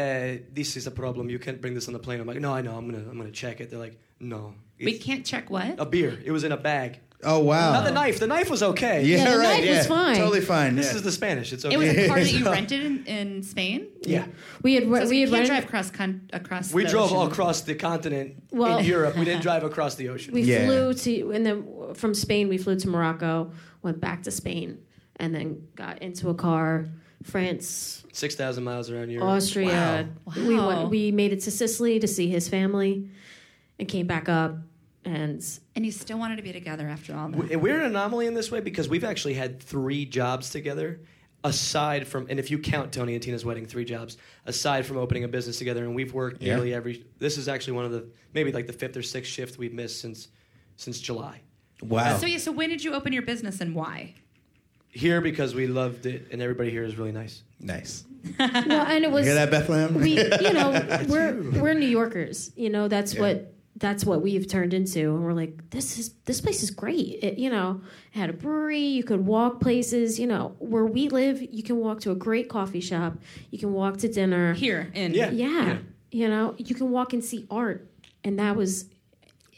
eh, "This is a problem. You can't bring this on the plane." I'm like, "No, I know. I'm gonna, I'm gonna check it." They're like, "No, We it's can't check what. a beer. It was in a bag. oh wow. Not the knife. The knife was okay. Yeah, Yeah, the right. knife yeah. was fine. Totally fine. This yeah. is the Spanish. It's okay. It was a car that you rented in, in Spain. yeah." We had So we you had can't run, drive across con- across. We the drove ocean. all across the continent Well- in Europe. We didn't drive across the ocean. we Yeah. flew to and then from Spain we flew to Morocco, went back to Spain, and then got into a car. France, Six thousand miles around Europe. Austria. Wow. We Wow. went, we made it to Sicily to see his family, and came back up. And and you still wanted to be together after all that. We- We're an anomaly in this way because we've actually had three jobs together, aside from, and if you count Tony and Tina's wedding, three jobs aside from opening a business together, and we've worked Yeah. nearly every. This is actually one of the maybe like the fifth or sixth shift we've missed since since July. wow. So yeah, so when did you open your business and why? Here because we loved it, and everybody here is really nice. nice. well, and it was Hear that, Bethlehem? we you know we're we're New Yorkers. You know that's what that's what we've turned into, and we're like this is this place is great. It, you know, it had a brewery, you could walk places. You know, where we live, you can walk to a great coffee shop, you can walk to dinner. Here in Yeah. Yeah, Yeah. you know, you can walk and see art, and that was.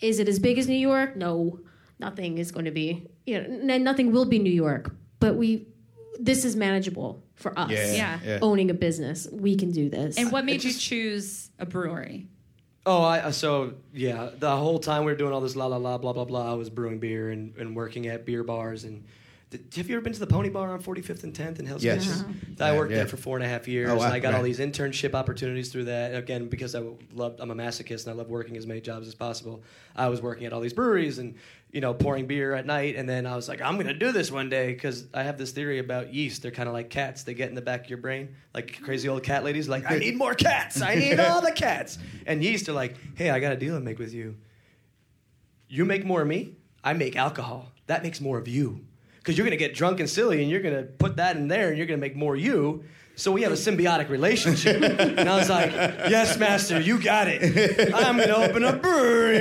Is it as big as New York? No, nothing is going to be. You know, n- nothing will be New York, but we. This is manageable for us. yeah. Yeah. Owning a business, we can do this. And what made It you just- choose a brewery? Oh, I uh, so yeah. The whole time we were doing all this la la la blah blah blah. I was brewing beer and, and working at beer bars. And th- have you ever been to the Pony Bar on 45th and 10th in Hell's Yes. Kitchen? I Yeah, worked yeah. there for four and a half years. Oh, wow, and I got all right. these internship opportunities through that. And again, because I love I'm a masochist and I love working as many jobs as possible. I was working at all these breweries and you know pouring beer at night. And then I was like, I'm gonna do this one day because I have this theory about yeast. They're kind of like cats. They get in the back of your brain like crazy old cat ladies. Like I need more cats. I need all the cats. And yeast are like, Hey, I got a deal to make with you you make more of me, I make alcohol. That makes more of you. Because you're going to get drunk and silly and you're going to put that in there and you're going to make more you. So we have a symbiotic relationship. and I was like, yes, master, you got it. I'm going to open a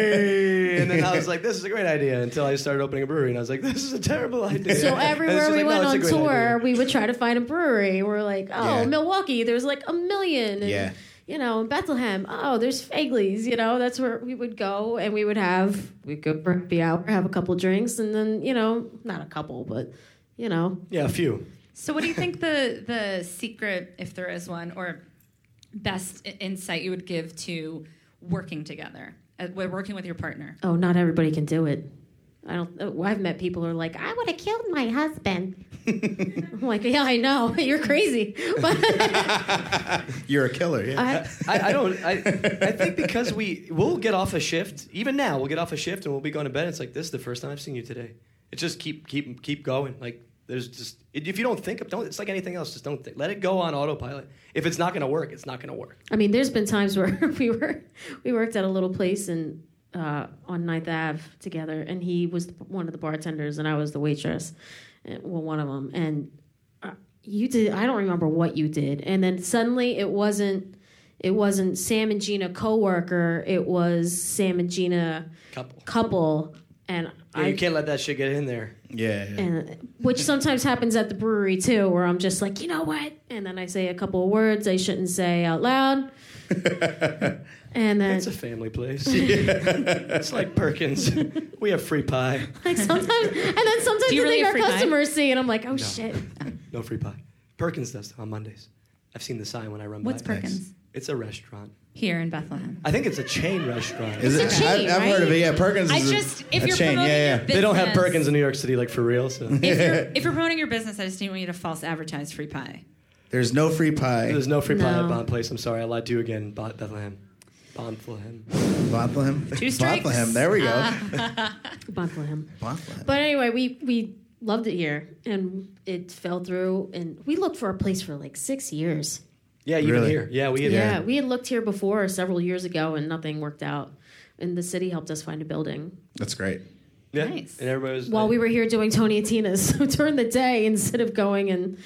brewery. And then I was like, this is a great idea until I started opening a brewery. And I was like, this is a terrible idea. So And everywhere she's we like, "No, went it's a on great tour, idea." we would try to find a brewery. We're like, oh, Yeah. Milwaukee, there's like a million. And, Yeah. You know, in Bethlehem, oh, there's Fagley's. You know, that's where we would go, and we would have we would go for the hour, have a couple drinks, and then you know, not a couple, but you know. Yeah, a few. So, what do you think the the secret, if there is one, or best i- insight you would give to working together, uh, wi- working with your partner? Oh, not everybody can do it. I don't. oh, I've met people who are like, I would have killed my husband. I'm like, yeah, I know, you're crazy, but You're a killer. Yeah. I, I, I don't. I, I think because we we'll get off a shift. Even now, we'll get off a shift and we'll be going to bed. It's like this is the first time I've seen you today. It's just keep keep keep going. Like there's just if you don't think of don't. It's like anything else. Just don't think. Let it go on autopilot. If it's not going to work, it's not going to work. I mean, there's been times where we were we worked at a little place and uh, on Ninth Ave together, and he was one of the bartenders and I was the waitress, and, well, one of them. And uh, you did I don't remember what you did, and then suddenly it wasn't it wasn't Sam and Gina coworker, it was Sam and Gina Couple. couple, and Yeah, I you can't let that shit get in there. yeah. yeah. and which sometimes happens at the brewery too, where I'm just like, you know what? And then I say a couple of words I shouldn't say out loud. and then It's a family place. it's like Perkins. we have free pie. like sometimes and then sometimes Do you I really think get our free pie? customers see and I'm like, oh shit. No free pie. Perkins does on Mondays. I've seen the sign when I run What's by. Perkins It's a restaurant. here in Bethlehem? I think it's a chain restaurant. Is It's it? a I've, chain, I've heard of right? it. Yeah, Perkins. I is a- just if a you're chain. promoting Yeah, your yeah. business, they don't have Perkins in New York City like for real. So If you're, if you're promoting your business, I just didn't want you to false advertise free pie. There's no free pie. there's no free pie at No. Bond Place. I'm sorry, I lied to you again. Bon- Bethlehem, Bethlehem. Bethlehem. Two strikes. Bethlehem. There we go. Bethlehem. Bethlehem. But anyway, we we loved it here and it fell through and we looked for a place for like six years. Yeah, even Really? here. Yeah, we. Yeah. we had looked here before several years ago and nothing worked out. And the city helped us find a building That's great. yeah. Nice. And everybody was. while we were here doing Tony and Tina's so during the day instead of going and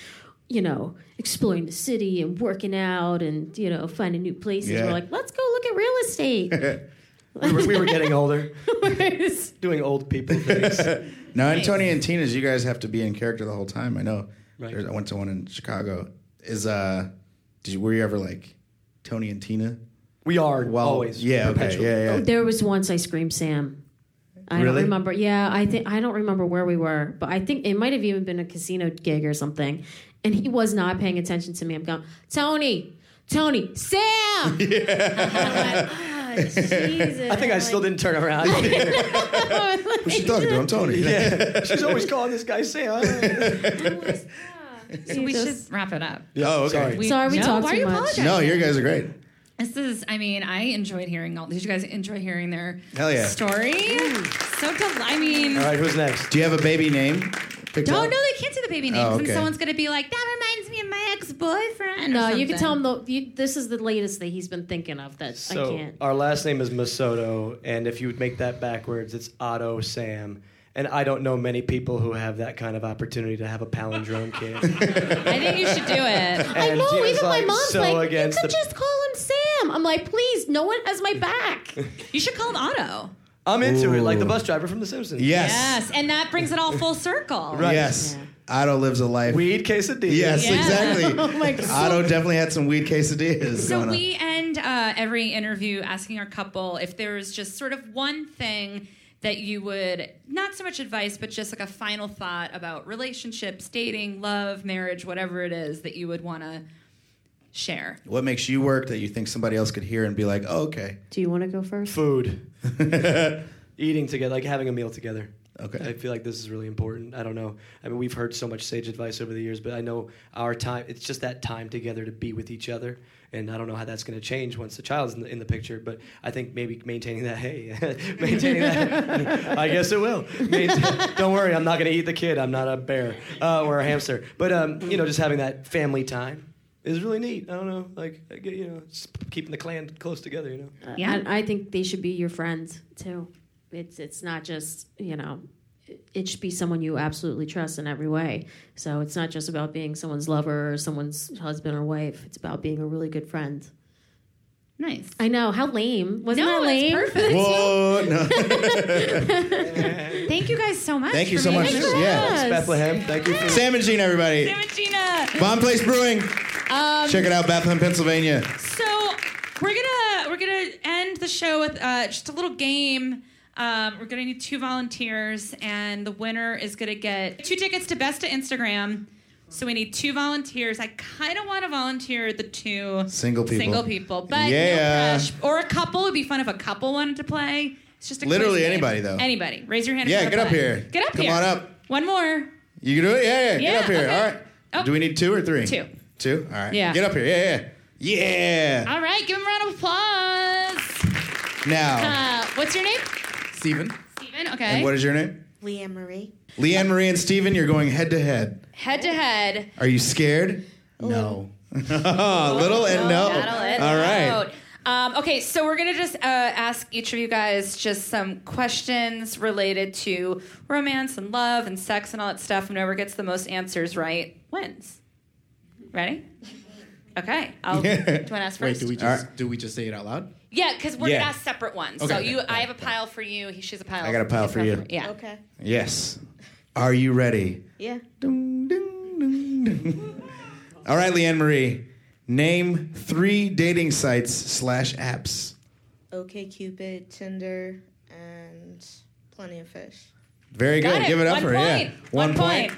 you know exploring the city and working out and you know finding new places Yeah. we're like let's go look at real estate we were, we were getting older, doing old people things. Now, Antonio and Tina's, you guys have to be in character the whole time. I know. Right. There's- I went to one in Chicago. Is uh, did you, were you ever like Tony and Tina? We are Well, always. yeah, okay, perpetually. yeah, yeah. there was once I screamed Sam I Really? don't remember yeah I think I don't remember where we were but I think it might have even been a casino gig or something and he was not paying attention to me I'm going Tony Tony Sam I'm like, "Ah, Jesus I think I still didn't turn around. Who's she talking to? I'm Tony. yeah, she's always calling this guy Sam. So we Jesus. should wrap it up. Oh, okay. Sorry. We, Sorry, we no, talked why too are you much. apologizing? No, you guys are great. This is, I mean, I enjoyed hearing all. Did you guys enjoy hearing their Hell yeah. story? So, del- I mean, All right, who's next? Do you have a baby name? Picked no, out? no, they can't say the baby names, Oh, and okay. someone's gonna be like, "That reminds me of my ex-boyfriend." or No, you can something. tell him the, you, this is the latest that he's been thinking of that I So uh, can't. our last name is Masoto, and if you would make that backwards, it's Otto Sam. And I don't know many people who have that kind of opportunity to have a palindrome kid. I think you should do it. I And know, Gina's even like, my mom's so like, you against could the- just call him Sam. I'm like, please, no one has my back. You should call him Otto. I'm into it, like the Ooh. bus driver from The Simpsons. Yes. Yes, and that brings it all full circle. Right. Yes. Otto lives a life. Weed quesadilla. yes, Yeah. exactly. Oh my God. Otto definitely had some weed quesadillas So going on. we end uh, every interview asking our couple if there was just sort of one thing that you would not so much advice, but just like a final thought about relationships, dating, love, marriage, whatever it is that you would want to share. What makes you work that you think somebody else could hear and be like, oh, okay. Do you want to go first? Food. Eating together, like having a meal together. Okay. I feel like this is really important. I don't know. I mean, we've heard so much sage advice over the years, but I know our time, it's just that time together to be with each other. And I don't know how that's going to change once the child's in the, in the picture, but I think maybe maintaining that, hey, maintaining that, I guess it will. Maintain- don't worry, I'm not going to eat the kid. I'm not a bear uh, or a hamster. But, um, you know, just having that family time is really neat. I don't know. Like, I get- you know, just keeping the clan close together, you know. Yeah. Uh, I, I think they should be your friend too. It's it's not just you know, it- it should be someone you absolutely trust in every way. So it's not just about being someone's lover or someone's husband or wife. It's about being a really good friend. Nice. I know how lame wasn't No, that it's lame? perfect. Whoa. No. Thank you guys so much. Thank you for so being much. here. Yeah. Yes. Bethlehem, thank you for Sam and Gene, everybody. Sam and Um, Gina. Bomb Place Brewing. Check it out, Bethlehem, Pennsylvania. So we're gonna we're gonna end the show with uh, just a little game. Um, we're going to need two volunteers, and the winner is going to get two tickets to Best of Instagram. So we need two volunteers. I kind of want to volunteer the two Single people. single people, but no Yeah. crush. or a couple. It'd be fun if a couple wanted to play. It's just a Literally quiz game. anybody, though. Anybody, raise your hand. if Yeah, you wanna get up play. here. Get up Come here. on up. One more. You can do it? Yeah, yeah. Yeah, Get up here. okay. All right. Oh. Do we need two or three? Two. Two? All right. Yeah. Get up here. Yeah, yeah. Yeah. All right, give him a round of applause. Now, Uh, what's your name? Stephen. Steven. Okay. Oh. And what is your name? Leanne Marie. Leanne Marie and Steven, you're going head to head. Head to head. Are you scared? No. little Oh, and no. Battle it All right. out. Um, okay, so we're gonna just uh, ask each of you guys just some questions related to romance and love and sex and all that stuff, and whoever gets the most answers right wins. Ready? Okay. I'll, do you want to ask Wait, first? do we All just right. do we just say it out loud? yeah, because we're Yeah. gonna ask separate ones. so Okay. you, I have a pile for you. He, she's a pile. I got a pile he's for got you. Yeah. Okay. Yes. Are you ready? Yeah. Ding, ding, ding, ding. All right, Leanne Marie. Name three dating sites slash apps. Okay, Cupid, Tinder, and Plenty of Fish. Very Got good. Give it up One for her. Yeah. point. One point.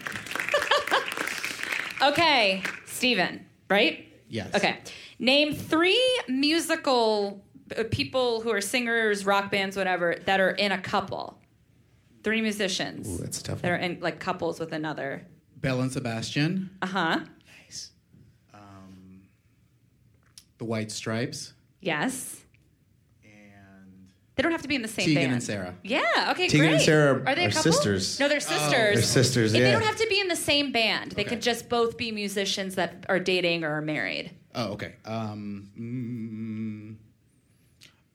okay, Steven, right? Yes. Okay. Name three musical uh, people who are singers, rock bands, whatever, that are in a couple. Three musicians Ooh, that's a tough. that are One. in like couples with another. Belle and Sebastian, Uh huh. the White Stripes, Yes. and They don't have to be in the same Tegan band. and Sarah. Yeah. Okay. Tegan great. and Sarah are they a are couple? sisters. No, they're sisters. They're sisters. And yeah. They don't have to be in the same band. They Okay. could just both be musicians that are dating or are married. Oh, okay. Um, mm,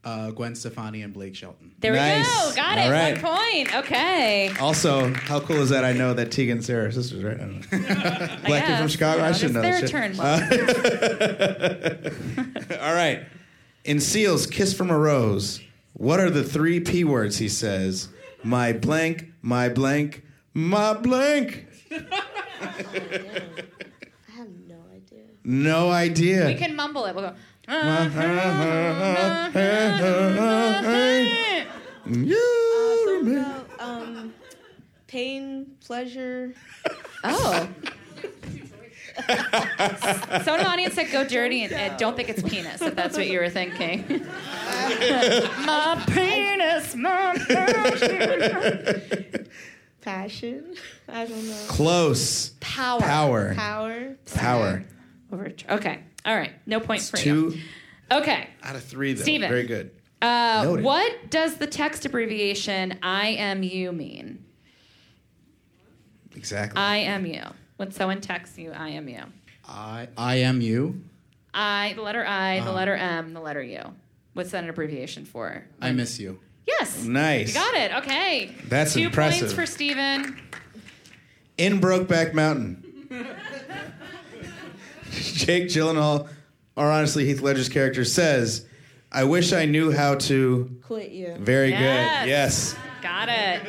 uh, Gwen Stefani and Blake Shelton. There Nice. we go. Got All it. right. One point. Okay. also, how cool is that? I know that Tegan and Sarah are sisters, right? I don't know. Black kid from guess. Chicago. Yeah, I should it's know their that shit. turn, Uh, all right. In Seal's "Kiss from a Rose," what are the three p words he says? My blank, my blank, my blank. I have no idea. No idea. Uh-huh, We can mumble it. We'll go. uh-huh. You remember- um, pain, pleasure. Oh. Someone in the audience said go dirty and, and don't think it's penis, if that's what you were thinking. my penis, my Passion. I don't know. Close. Power. Power. Power. Power. Over, okay. All right. No points for you. Two Okay. out of three, though. Steven. Very good. Uh, Noted. what does the text abbreviation IMU mean? Exactly. IMU. When someone texts you, IMU. I I am you. I, the letter I, Uh-huh. the letter M, the letter U. What's that an abbreviation for? I miss you. Yes. nice. You got it. Okay. That's Two impressive. points for Steven. In Brokeback Mountain, Jake Gyllenhaal, or honestly Heath Ledger's character, says, "I wish I knew how to." Quit you. Very Yes. good. Yes. Got it.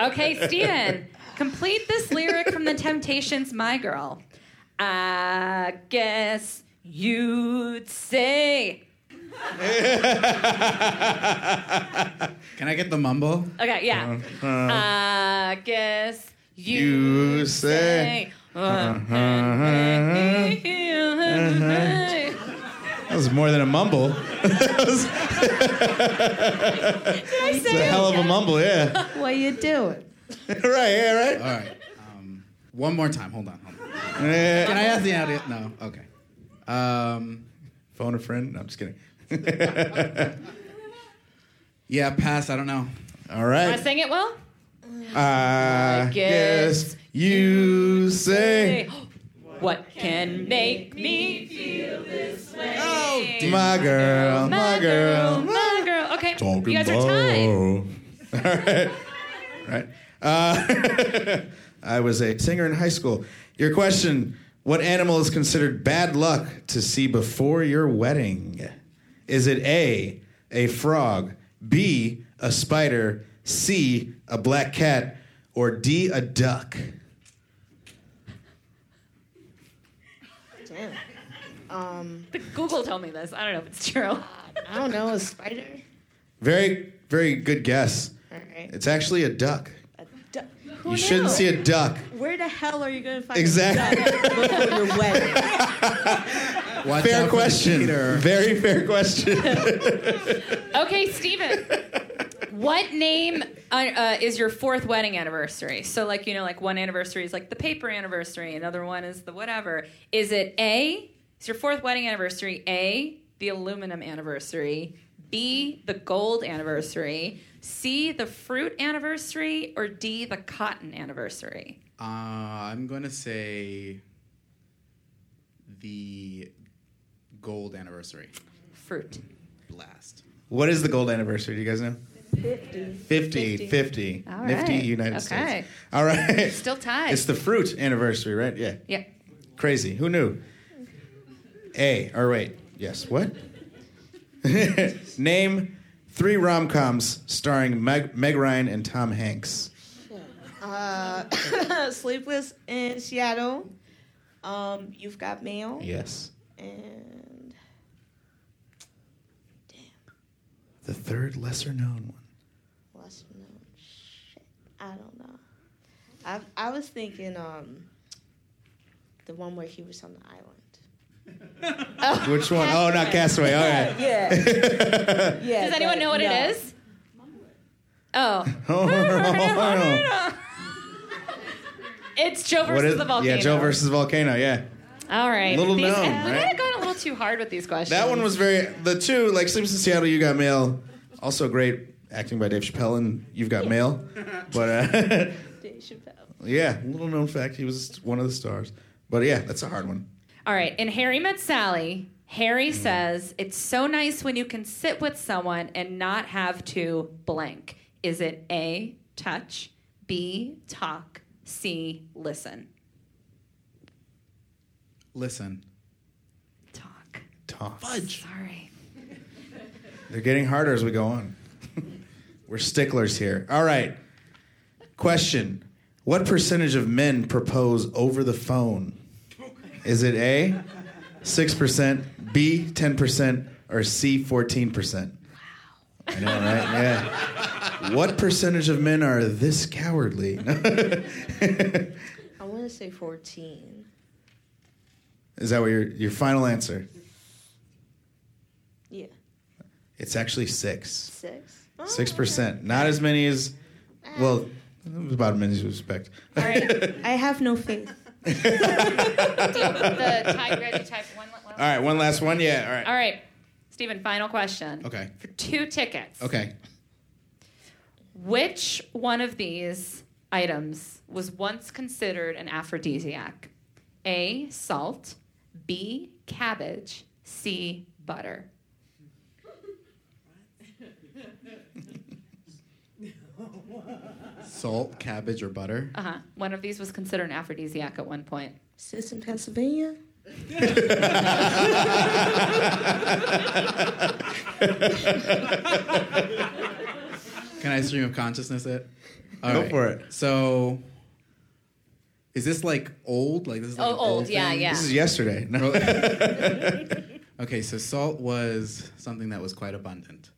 Okay, Steven, complete this lyric from the Temptations, My Girl. I guess you'd say. Can I get the mumble? Okay, yeah. Uh-huh. Uh, I guess you, You say. Uh-huh. say. That was more than a mumble. that was I a say hell of a mumble. Yeah. What you doing? right. Yeah. Right. All right. Um, one more time. Hold on. Hold on. Eh, Can I ask the audience? No. Okay. Um, Phone a friend. No, I'm just kidding. yeah. Pass. I don't know. All Am I right. saying it well? I guess guess you say, What can make me feel this way? my girl, my girl, my girl. Okay, you guys are tied. All right. Right. Uh, I was a singer in high school. Your question What animal is considered bad luck to see before your wedding? Is it A, a frog, B, a spider, C, a black cat, or D, a duck? Damn. Um, The Google told me this. I don't know if it's true. I don't know. A spider. Very, very good guess. All right. It's actually a duck. A duck. You shouldn't see a duck. Where the hell are you going to find Exactly. a duck before your wedding? Watch out Fair for the question. gator. Very fair question. Okay, Steven. what name uh, uh, is your fourth wedding anniversary? So, like, you know, like one anniversary is like the paper anniversary, another one is the whatever. Is it A, is your fourth wedding anniversary A, the aluminum anniversary, B, the gold anniversary, C, the fruit anniversary, or D, the cotton anniversary? Uh, I'm going to say the gold anniversary. Fruit. Blast. what is the gold anniversary? Do you guys know? 50. 50, 50. All Nifty right. United Okay. States. All right. Still tied. It's the fruit anniversary, right? Yeah. yeah. Crazy. Who knew? A. Or wait. Yes. What? Name three rom coms starring Meg, Meg Ryan and Tom Hanks. Uh, Sleepless in Seattle. Um, you've got mail. Yes. And The third lesser known one. what's the name? Shit. I don't know. I I was thinking um the one where he was on the island. Which one? Oh, not Castaway. All right. Yeah. yeah. Does anyone but know what no. it is? Oh. It's Joe What versus is- the volcano. Yeah, Joe versus Volcano. Yeah, All right. Little These, known, and we right? might have gone a little too hard with these questions. that one was very. The two like Sleeps in Seattle, You Got Mail, also great acting by Dave Chappelle, and You've Got Mail. But uh, Dave Chappelle. yeah, little known fact, he was one of the stars. But yeah, that's a hard one. All right. In Harry Met Sally, Harry says, It's so nice when you can sit with someone and not have to blank. Is it A, touch, B, talk, C, listen? Listen. Talk. Tough. Sorry. They're getting harder as we go on. We're sticklers here. All right. Question: What percentage of men propose over the phone? Is it A, six percent, B, ten percent, or C, fourteen percent? I know, right? Yeah. What percentage of men are this cowardly? I want to say 14. Is that what your your final answer? Yeah. It's actually six. 6. Six percent. Not as many as, Ah. well, it was about as many as we expect. All right. I have no faith. the type, ready type one. one- All right, one last one. Yeah, all right. All right. Stephen, final question. Okay. For two tickets. Okay. Which one of these items was once considered an aphrodisiac? A. Salt. B. Cabbage. C. Butter. Salt, cabbage, or butter? Uh huh. One of these was considered an aphrodisiac at one point. Sits in Pennsylvania. Can I stream of consciousness it? All Go for it. So, is this like old? Like this is like Oh, an old. Yeah, thing? yeah. This is yesterday. No. Okay, so salt was something that was quite abundant.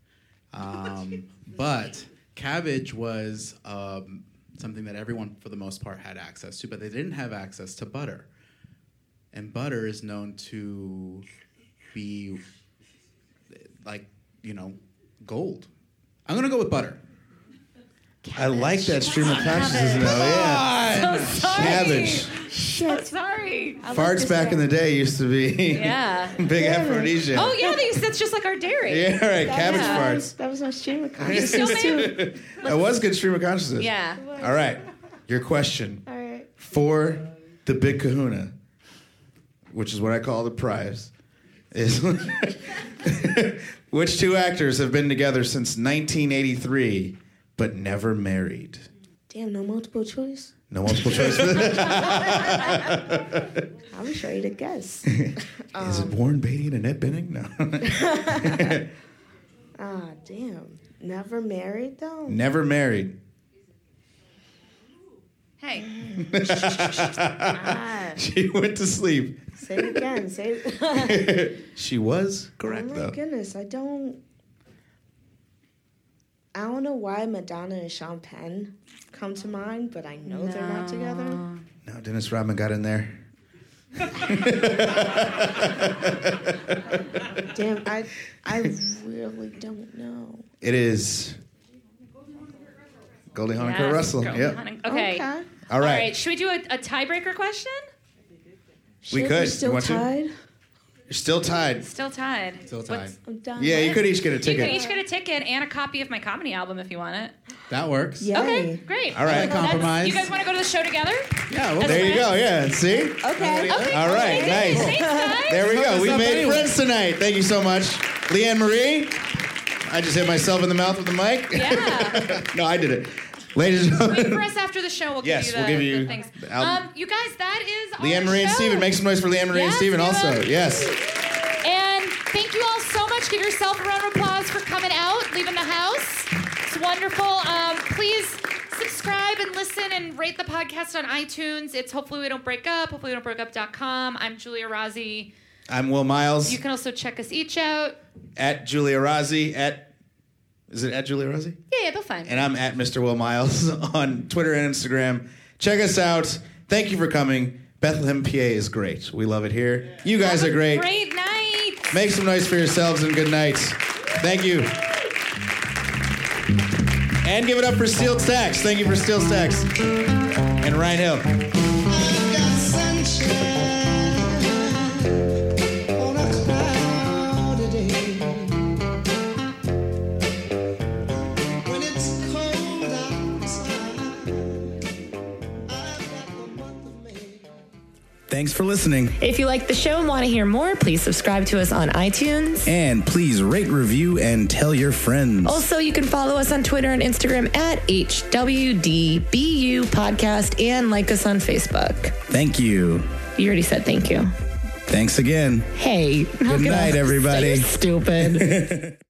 Um, but cabbage was um, something that everyone, for the most part, had access to, but they didn't have access to butter. And butter is known to be like, you know, gold. I'm going to go with butter. I like that stream of consciousness. though. Yeah, Oh, sorry. cabbage. I'm sorry. Farts back in the day used to be Yeah. big aphrodisiac. Oh yeah, they, that's just like our dairy. yeah, all right. Cabbage That was- farts. That was my stream of consciousness, too. That was good stream of consciousness. Yeah. All right. Your question All right. for the Big Kahuna, which is what I call the prize, is which two actors have been together since 1983 but never married? Damn, no multiple choice. No multiple choice. I was ready to guess. Is it Warren Beatty and Annette Benning? No. Ah, damn. Never married, though? Never married. Hey, Ah, She went to sleep. say it again. Say it. she was Oh correct my though. goodness, I don't. I don't know why Madonna and Sean Penn come to mind, but I know they're not together. No, Dennis Rodman got in there. Damn, I I really don't know. It is Goldie Hawn and Kurt Russell. Yep. Okay. Okay. All All right. right. Should we do a, a tiebreaker question? We Shit, could. we're You still want to? tied. You're still tied. Still tied. Still time. What's- I'm done. Yeah, you could each get a You ticket. can each get a ticket and a copy of my comedy album if you want it. That works. Yay. Okay, great. All right. Like compromise. You guys want to go to the show together? yeah, we'll There you go. Yeah. See? Okay. All right. Nice. Thanks, guys. There we go. Fuck We us up made anyway. friends tonight. Thank you so much. Leanne Marie. I just hit myself in the mouth with the mic. Yeah. no, I did it. Ladies and Wait for gentlemen. us after the show. We'll Yes, give you the, we'll give you the things. the album. um, you guys, that is all Leanne the Marie and show. Steven. Make some noise for Leanne Marie and Yes, Steven give also. us- Yes. And thank you all so much. Give yourself a round of applause for coming out, leaving the house. It's wonderful. Um, please subscribe and listen and rate the podcast on iTunes. It's Hopefully We Don't Break Up, hopefully we don't break up.com. I'm Julia Rossi. I'm Will Miles You can also check us each out. at Julia Rossi at is it at Julia Rossi? Yeah, yeah, they'll find me. And I'm at Mr. Will Miles on Twitter and Instagram. Check us out. Thank you for coming. Bethlehem, PA is great. We love it here. You guys are great. Great night. Make some noise for yourselves and good night. Thank you. And give it up for Steel Stacks. Thank you for Steel Stacks. And Ryan Hill. Thanks for listening, If you like the show and want to hear more, please subscribe to us on iTunes. and please rate, review, and tell your friends. Also, you can follow us on Twitter and Instagram at HWDBU Podcast and like us on Facebook. Thank you. You already said thank you. Thanks again. Hey, good night, everybody. Stupid.